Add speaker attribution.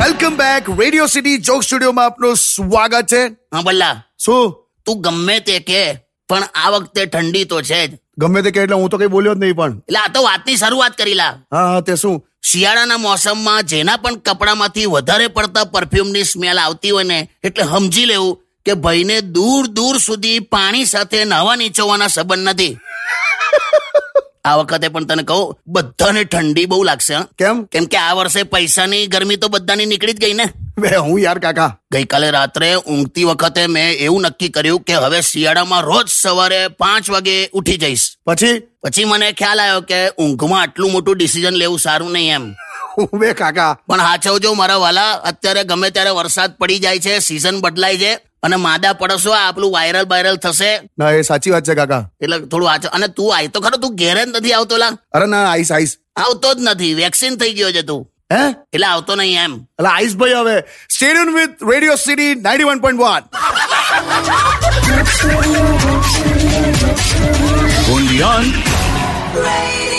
Speaker 1: Welcome back radio city joke સ્ટુડિયોમાં આપનું સ્વાગત છે
Speaker 2: હા બલ્લા
Speaker 1: શું
Speaker 2: તું ગમે તે કે પણ આ વખતે ઠંડી તો છે જ
Speaker 1: ગમે તે કે એટલે હું તો કઈ બોલ્યો જ નહીં પણ
Speaker 2: એટલે આ તો વાતની શરૂઆત કરી લા
Speaker 1: હા હા તે શું
Speaker 2: શિયાળાના મોસમમાં જેના પણ કપડામાંથી વધારે પડતા પરફ્યુમની સ્મેલ આવતી હોય ને એટલે સમજી લેવું કે ભાઈને દૂર દૂર સુધી પાણી સાથે નહવા નીચોવાના સંબંધ નથી આ વખતે પણ તને કહું બધાને ઠંડી બહુ લાગશે હં?
Speaker 1: કેમ
Speaker 2: કેમ કે આ વર્ષે પૈસાની ગરમી તો બધાની નીકળી જ ગઈ ને
Speaker 1: બે હું યાર કાકા
Speaker 2: ગઈકાલે રાત્રે ઊંઘતી વખતે મેં એવું નક્કી કર્યું કે હવે શિયાળામાં રોજ સવારે પાંચ વાગે ઉઠી જઈશ
Speaker 1: પછી
Speaker 2: પછી મને ખ્યાલ આવ્યો કે ઊંઘમાં આટલું મોટું ડિસિઝન લેવું સારું નહીં એમ
Speaker 1: હું બે કાકા
Speaker 2: પણ સાચવજો મારા વાલા અત્યારે ગમે ત્યારે વરસાદ પડી જાય છે સિઝન બદલાય છે અને માદા પડશો આ આપણું વાયરલ વાયરલ થશે
Speaker 1: ના એ સાચી વાત છે કાકા
Speaker 2: એટલે થોડું વાંચો અને તું આય તો ખરો તું ઘેરે જ નથી આવતો લા
Speaker 1: અરે ના આઈસ આઈસ
Speaker 2: આવતો જ નથી વેક્સિન થઈ ગયો છે તું
Speaker 1: હે
Speaker 2: એટલે આવતો નહીં એમ
Speaker 1: એટલે આઈસ ભાઈ હવે stadium with radio city ninety one point one
Speaker 3: Only on
Speaker 4: Radio